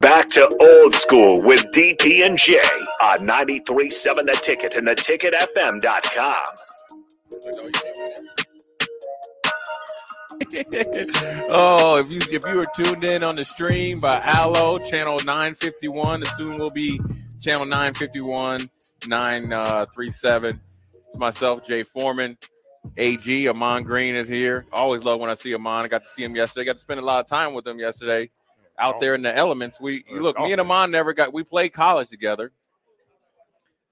Back to old school with DP and J on 93.7 The Ticket and theticketfm.com. oh, if you if you are tuned in on the stream by Allo channel 951, it soon will be channel 951 937. uh, It's myself, Jay Foreman. AG Amon Green is here. I always love when I see Amon. I got to see him yesterday. got to spend a lot of time with him yesterday out there in the elements. We you look, me and Amon never got we played college together.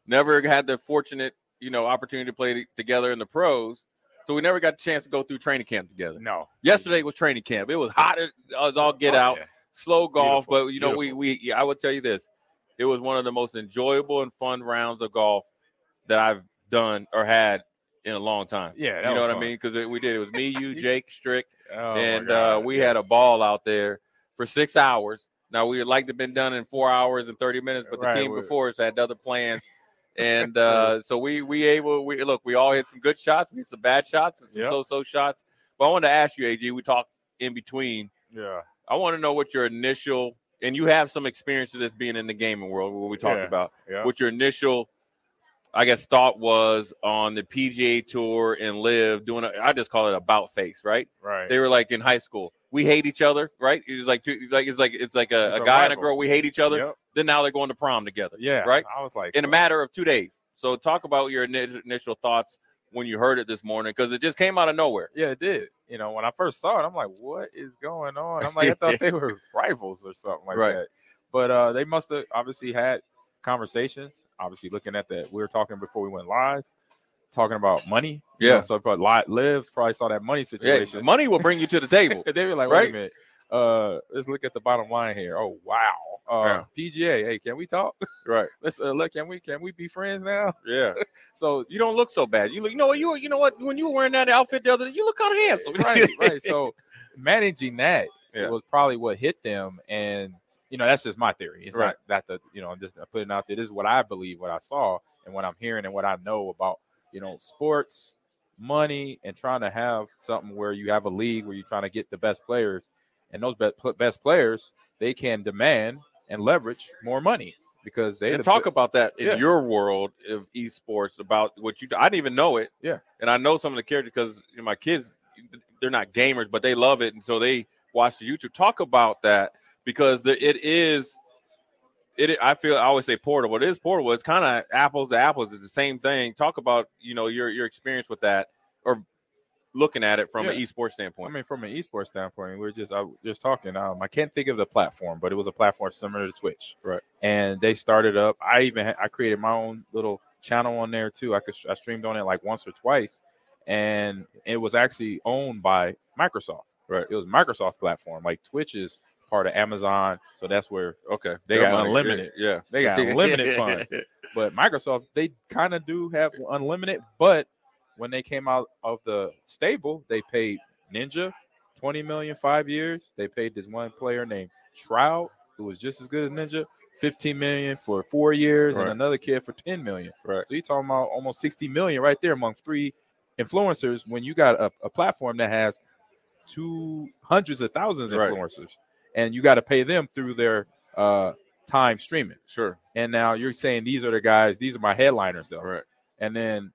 Never had the fortunate, you know, opportunity to play t- together in the pros. So we never got the chance to go through training camp together. No. Yesterday was training camp. It was hot as as all get Oh, out. yeah. Slow golf, Beautiful, but you know we beautiful. we yeah, I will tell you this. It was one of the most enjoyable and fun rounds of golf that I've done or had in a long time. Yeah, that you know was what I fun. mean? Because we did. It was me, you, Jake, Strick, Oh, my and God. uh, we had a ball out there for six hours. Now we would like to have been done in four hours and thirty minutes, but the Right, team we- before us had other plans, and uh, so we we able we look we all hit some good shots, we hit some bad shots and some Yep. so so shots. But I wanted to ask you, Ag, we talked in between. yeah. I want to know what your initial and you have some experience of this being in the gaming world where we talked Yeah. about Yeah. what your initial i guess thought was on the pga tour and live doing a, i just call it about face right right. they were like in high school. We hate each other, right? It's like two, like it's like it's like a, It's a a guy and a rival. girl. We hate each other. Yep. Then now they're going to prom together. Yeah. right? I was like, In a matter of two days. So talk about your ini- initial thoughts when you heard it this morning because it just came out of nowhere. Yeah, it did. You know, when I first saw it, I'm like, what is going on? I'm like, I thought they were rivals or something like Right. that. But uh they must have obviously had conversations. Obviously, looking at that, we were talking before we went live, talking about money. you Yeah. know, so probably li- live probably saw that money Yeah, situation. money will bring you to the table. they were like, wait Right? a minute. Uh, let's look at the bottom line here. Oh wow. Uh, PGA. Hey, can we talk? right? Let's uh, look. Can we can we be friends now? Yeah. So You don't look so bad. You look, you know what you were- you know what when you were wearing that outfit the other day, you look kind of handsome. right, right. So managing that Yeah. was probably what hit them, and you know that's just my theory. It's Right. not that the you know I'm just putting out there. This is what I believe, what I saw, and what I'm hearing, and what I know about you know sports, money, and trying to have something where you have a league where you're trying to get the best players, and those best best players they can demand and leverage more money because they and the talk be- about that in Yeah. your world of esports about what you do. I didn't even know it. Yeah. And I know some of the characters because you know, my kids, they're not gamers, but they love it. And so they watch the YouTube. Talk about that because the, it is, it. I feel I always say portable. It is portable. It's kind of apples to apples. It's the same thing. Talk about you know your your experience with that or looking at it from an Yeah. esports standpoint. I mean, from an esports standpoint, we were just I, was just talking. Um, I can't think of the platform, but it was a platform similar to Twitch, Right. And they started up. I even ha- I created my own little channel on there too. I could I streamed on it like once or twice, and it was actually owned by Microsoft. Right. It was Microsoft platform. Like Twitch is part of Amazon, so that's where okay, They Their got money. unlimited. Yeah, they got unlimited funds but Microsoft they kind of do have unlimited, but when they came out of the stable, they paid Ninja 20 million five years. They paid this one player named Trout, who was just as good as Ninja, 15 million for four years, Right. and another kid for 10 million. Right. So you're talking about almost 60 million right there among three influencers when you got a, a platform that has two hundreds of thousands of Right. influencers, and you got to pay them through their uh time streaming. Sure. And now you're saying these are the guys, these are my headliners though. Right. And then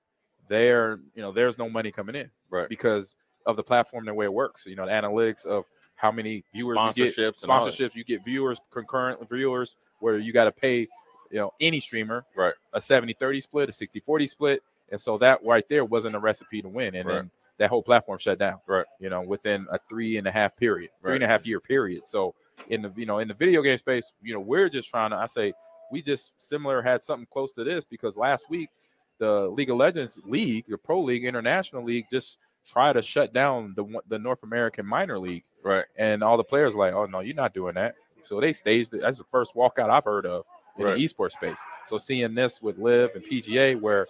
they're, you know, there's no money coming in Right. because of the platform and the way it works. You know, the analytics of how many viewers you get, Sponsorships and all that. sponsorships, you get viewers, concurrent viewers, where you got to pay, you know, any streamer, Right. a 70 30 split, a 60 40 split. And so that right there wasn't a recipe to win. And Right. then that whole platform shut down, Right. You know, within a three and a half period, Right. three and a half year period. So in the, you know, in the video game space, you know, we're just trying to, I say, we just similar had something close to this because last week the League of Legends League, the Pro League, International League, just try to shut down the one- the North American minor league, Right. and all the players were like, oh no, you're not doing that. So they staged it. That's the first walkout I've heard of in Right. the esports space. So seeing this with Live and PGA, where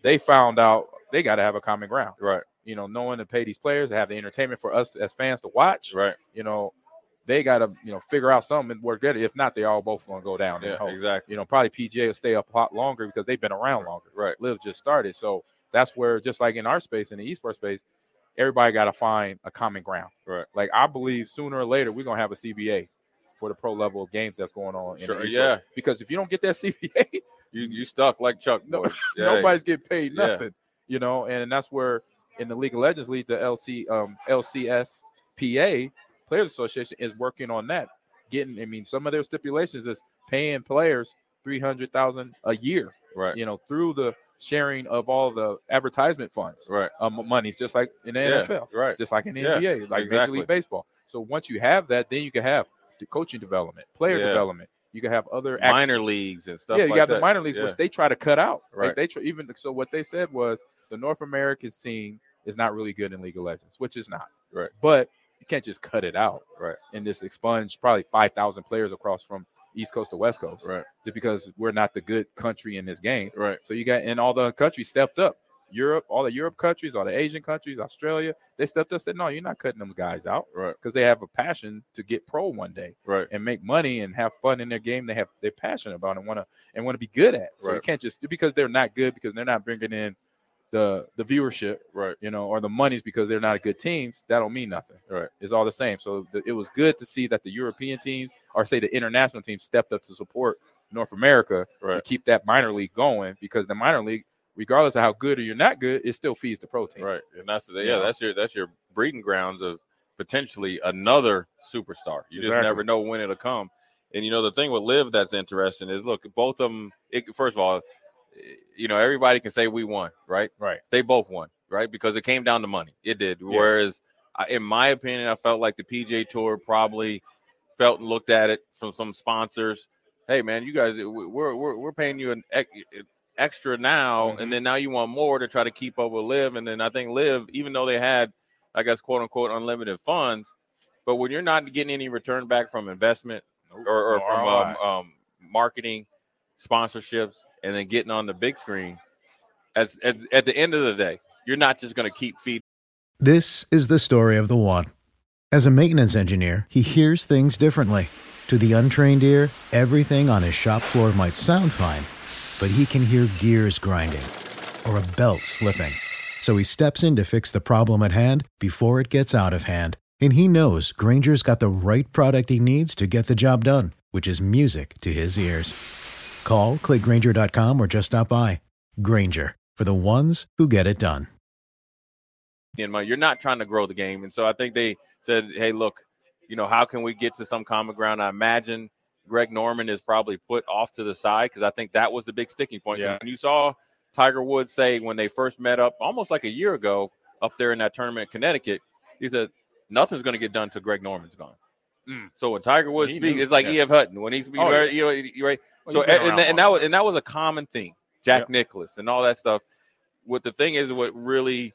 they found out they got to have a common ground, Right. You know, knowing to pay these players to have the entertainment for us as fans to watch, Right. you know, they got to you know figure out something and work together. If not, they all both going to go down. in Yeah. the hole. Exactly. You know, probably PGA will stay up a lot longer because they've been around longer. Right. Live just started, so that's where just like in our space in the esports space, everybody got to find a common ground. Right. Like I believe sooner or later we're gonna have a CBA for the pro level of games that's going on. in the Sure, esports. yeah. Because if you don't get that CBA, You you stuck like Chuck. No- boy. Yeah. nobody's getting paid Yeah. nothing. You know, and that's where in the League of Legends League, the LC um LCSPA Players Association is working on that. Getting, I mean, some of their stipulations is paying players three hundred thousand a year Right. you know, through the sharing of all the advertisement funds, Right. um, monies, just like in the Yeah, NFL, Right. just like in the Yeah, NBA, like Major exactly. League Baseball. So once you have that, then you can have the coaching development, player Yeah. development. You can have other act- minor leagues and stuff. yeah, you like got that. the minor leagues, Yeah. which they try to cut out. Right. Right. they try, even so, what they said was the North American scene is not really good in League of Legends, which is not. Right. But you can't just cut it out. Right. And just expunge probably five thousand players across from East Coast to West Coast. Right. Just because we're not the good country in this game. Right. So you got and all the countries stepped up. Europe, all the Europe countries, all the Asian countries, Australia, they stepped up. Said, no, you're not cutting them guys out, Right. Because they have a passion to get pro one day, Right. and make money and have fun in their game. They have they're passionate about and want to and want to be good at. So you Right. can't just because they're not good because they're not bringing in the the viewership, Right. you know, or the monies because they're not good teams. That don't mean nothing, Right. It's all the same. So th- it was good to see that the European teams or say the international teams stepped up to support North America to Right. keep that minor league going because the minor league, regardless of how good or you're not good, it still feeds the pro teams. Right. And that's the, You yeah, know? that's your that's your breeding grounds of potentially another superstar. You just Exactly. never know when it'll come. And you know the thing with Live that's interesting is look, both of them. It, first of all, eh, you know everybody can say we won, right? Right. They both won, right? Because it came down to money. It did. Yeah. Whereas, I, in my opinion, I felt like the PJ Tour probably felt and looked at it from some sponsors. Hey, man, you guys, we're we're, we're paying you an ex- extra now, Mhm. and then now you want more to try to keep up with Live. And then I think Live, even though they had, I guess, quote unquote, unlimited funds, but when you're not getting any return back from investment or, or No from ROI. um, um, marketing, sponsorships, and then getting on the big screen, as, at, at the end of the day, you're not just going to keep feeding. This is the story of the one. As a maintenance engineer, he hears things differently. To the untrained ear, everything on his shop floor might sound fine, but he can hear gears grinding or a belt slipping. So he steps in to fix the problem at hand before it gets out of hand. And he knows Granger's got the right product he needs to get the job done, which is music to his ears. Call, click Granger.com, or just stop by. Granger, for the ones who get it done. in money. You're not trying to grow the game. And so I think they said, hey, look, you know, how can we get to some common ground? I imagine Greg Norman is probably put off to the side because I think that was the big sticking point. Yeah. And you saw Tiger Woods say when they first met up almost like a year ago up there in that tournament in Connecticut, he said, nothing's going to get done till Greg Norman's gone. Mm. So when Tiger Woods He speaks, knew, it's like yeah. E.F. Hutton. When he's, Oh, yeah. you know, you right? Well, so you've been and, around and that long was enough. and that was a common thing. Jack Yeah. Nicholas and all that stuff. What the thing is, what really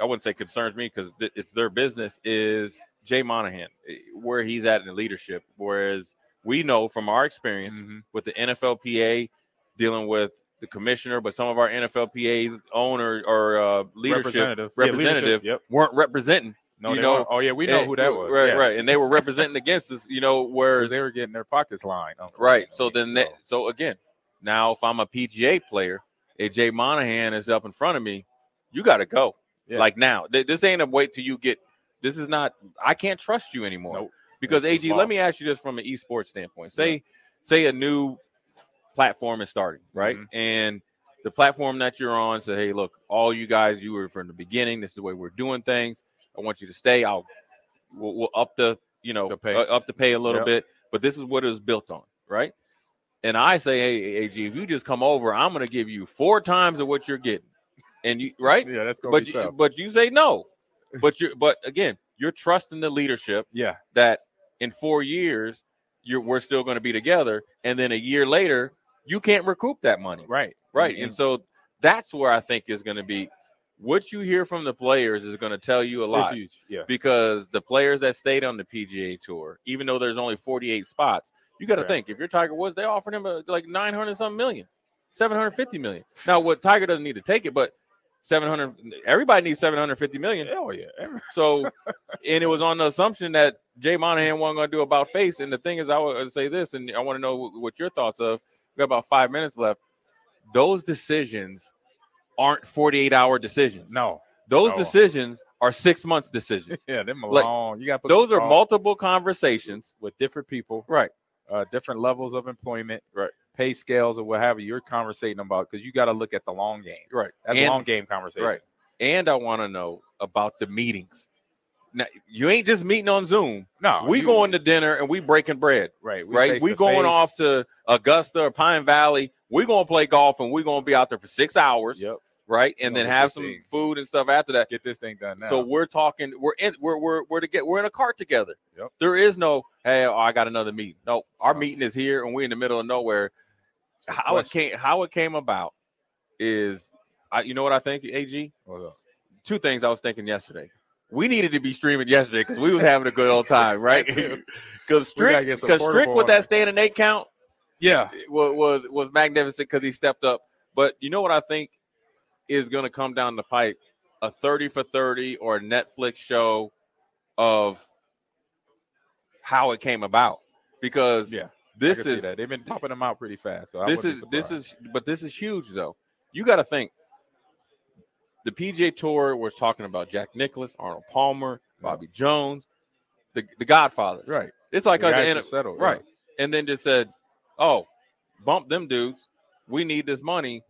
I wouldn't say concerns me because th- it's their business is Jay Monahan, eh, where he's at in leadership. Whereas we know from our experience Mhm. with the NFLPA dealing with the commissioner, but some of our NFLPA owner or uh, leadership representative, representative Yep. weren't representing. No, You you know- know. Oh yeah, we know eh, who that was. Right, Yeah. right. And they were representing against us, you know, whereas 'Cause they were getting their pockets lined. Right. So unfortunately. then that so again, now if I'm a PGA player, if Jay Monahan is up in front of me, you gotta go. Yeah. Like now. Th- This ain't a wait till you get this is not I can't trust you anymore. Nope. Because This is AG, lost. let me ask you this from an esports standpoint. Say say a new platform is starting, right? Mhm. And the platform that you're on say, hey, look, all you guys, you were from the beginning. This is the way we're doing things. I want you to stay. I'll we'll, we'll up the you know The pay. uh, up the pay a little Yep. bit, but this is what it was built on, right? And I say, hey, AG, if you just come over, I'm going to give you four times of what you're getting, and you right, yeah, that's gonna but be you, tough. but you say no, but you but again, you're trusting the leadership Yeah, that in four years you're we're still going to be together, and then a year later you can't recoup that money, right, Mm-hmm. right? And so that's where I think is going to be what you hear from the players is going to tell you a It's lot huge. Yeah. because the players that stayed on the PGA Tour, even though there's only 48 spots, you got to Right. think if you're Tiger Woods, they offered him a, like 900 something million, 750 million. Now, what Tiger doesn't need to take it, but 700, everybody needs 750 million. Hell yeah. Every- So, and it was on the assumption that Jay Monahan wasn't going to do about face. And the thing is, I would say this, and I want to know wh- what your thoughts of. We got about five minutes left. Those decisions aren't 48 hour decisions. No. Those No. decisions are six months decisions. Yeah, them Like, long. You got to put Those some are thought multiple conversations. with different people, Right. uh, different levels of employment, Right. Pay scales or what have you. You're conversating about because you got to look at the long game. Right. That's and, a long game conversation. Right. And I want to know about the meetings. Now, you ain't just meeting on Zoom. No, we you- going to dinner and we breaking bread. right. right? face We to going face. off to Augusta or Pine Valley. We're gonna play golf and we're gonna be out there for six hours, Yep. right? And Gonna then get have this some thing. food and stuff after that. Get this thing done now. So we're talking. We're in. We're we're we're to get. We're in a cart together. Yep. There is no. Hey, oh, I got another meeting. No, our No. meeting is here, and we're in the middle of nowhere. It's a How it question. came. How it came about is, I. You know what I think, Ag. What's up? Two things I was thinking yesterday. We needed to be streaming yesterday because we was having a good old time, right? Because We gotta strict, get some because strict portable with on that it. standing eight count, Yeah. was was, was magnificent because he stepped up. But you know what I think is going to come down the pipe: a thirty for thirty or a Netflix show of how it came about. Because Yeah. I this can see is that. They've been popping them out pretty fast. So I this wouldn't is be this surprised. is but this is huge though. You got to think. The PJ Tour was talking about Jack Nicholas, Arnold Palmer, Bobby Jones, the the Godfathers. right. It's like The at the guys end are of- settled, yeah. right? And then just said, "Oh, bump them dudes. We need this money."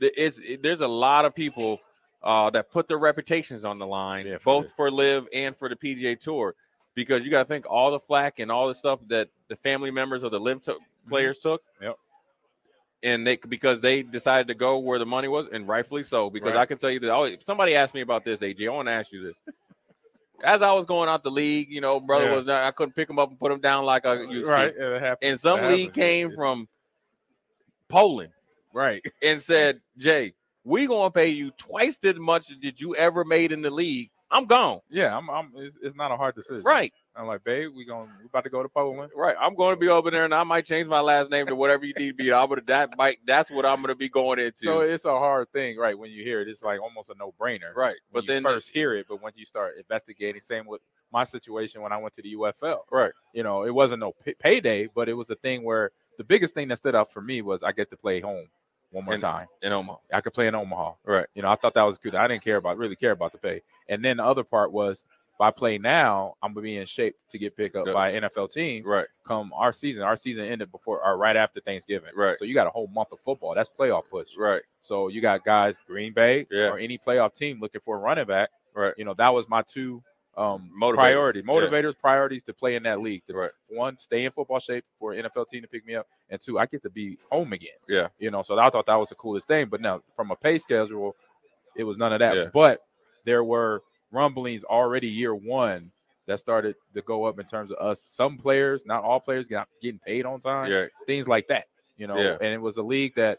The- It's it- there's a lot of people uh, that put their reputations on the line, Yeah, for both this. for Live and for the PGA Tour, because you got to think all the flack and all the stuff that the family members of the Live to- players took. Mm-hmm. Yep. And they because they decided to go where the money was, and rightfully so. Because Right. I can tell you that oh, if somebody asked me about this, AJ. I want to ask you this. As I was going out the league, you know, brother Yeah. Uh, was not. I couldn't pick him up and put him down like I used Right. to. It happens. And some It league happens. came It's- from Poland right. and said, "Jay, we gonna pay you twice as much that you ever made in the league. I'm gone. Yeah. I'm. I'm it's, it's not a hard decision. Right, I'm like, babe, we going we about to go to Poland. right. I'm going to be over there, and I might change my last name to whatever you need to be. I'm gonna that might that's what I'm gonna be going into. So it's a hard thing, right? When you hear it, it's like almost a no-brainer. right, when but then you first hear it, but once you start investigating, same with my situation when I went to the UFL, Right. You know, it wasn't no pay- payday, but it was a thing where the biggest thing that stood out for me was I get to play home one more And- time. in Omaha. I could play in Omaha, Right. You know, I thought that was good. I didn't care about really care about the pay. And then the other part was if I play now, I'm gonna be in shape to get picked up Yeah. by an NFL team Right, come our season. Our season ended before or right after Thanksgiving. Right. So you got a whole month of football. That's playoff push. right, So you got guys Green Bay Yeah. or any playoff team looking for a running back. Right. You know, that was my two um Motivators. priority Yeah. motivators, priorities to play in that league. To, right. One, stay in football shape for an NFL team to pick me up. And two, I get to be home again. Yeah. You know, so I thought that was the coolest thing. But now from a pay schedule, it was none of that. Yeah. But there were rumblings already year one that started to go up in terms of us. Some players, not all players, got getting paid on time Yeah, things like that, you know. Yeah. And it was a league that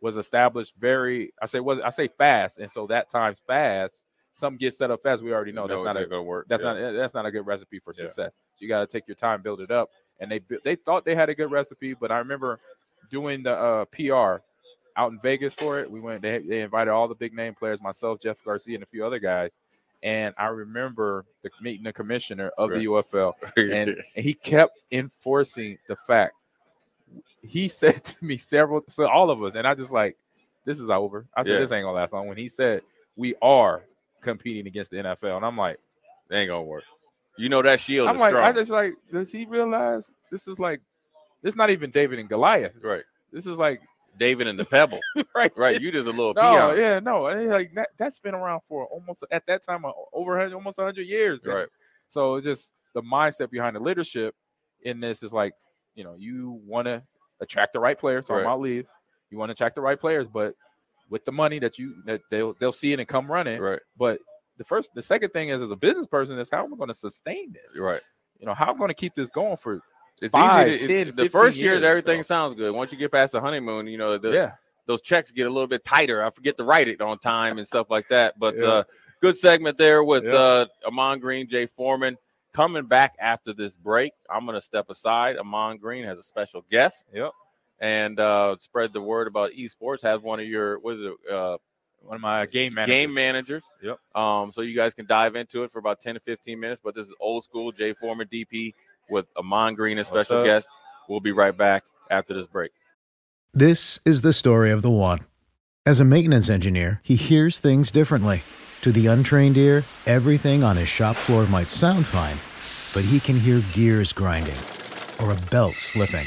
was established very, I say was I say fast, and so that times fast, something gets set up fast. We already know that's not a gonna work. that's Yeah. not eh, that's not a good recipe for Yeah. success. So you got to take your time, build it up, and they bu- they thought they had a good recipe, but I remember doing the uh, PR out in Vegas for it. We went they they invited all the big name players, myself, Jeff Garcia, and a few other guys. And I remember the, meeting the commissioner of Right. the UFL, and, and he kept enforcing the fact. He said to me several, so all of us, and I just like, this is over. I said, Yeah. this ain't gonna last long. When he said, we are competing against the NFL, and I'm like, It ain't gonna work. You know that shield I'm is like, strong. I just like, does he realize this is like, this not even David and Goliath. right. This is like, David and the Pebble. right, right. You just a little No, peon. yeah, no, and it's like that, that's been around for almost at that time uh, over 100, almost 100 years. And Right. So it's just the mindset behind the leadership in this is like, you know, you want to attract the right players. Talking Right. about leave, you want to attract the right players, but with the money that you that they'll they'll see it and come running. Right. But the first, the second thing is, as a business person, is how am I going to sustain this? Right. You know, how am I going to keep this going for? It's Five, easy. To, 10, it- the 15 first years, years, everything so. sounds good. Once you get past the honeymoon, you know the yeah, those checks get a little bit tighter. I forget to write it on time and stuff like that. But uh, good segment there with Yeah. uh, Amon Green, Jay Foreman. Coming back after this break, I'm going to step aside. Amon Green has a special guest. Yep. And uh, spread the word about esports. Have one of your what is it? Uh, One of my game managers. game managers. Yep. Um, so you guys can dive into it for about 10 to 15 minutes. But this is old school Jay Former DP with Amon Green, a What's special up? guest. We'll be right back after this break. This is the story of the one. As a maintenance engineer, he hears things differently. To the untrained ear, everything on his shop floor might sound fine, but he can hear gears grinding or a belt slipping.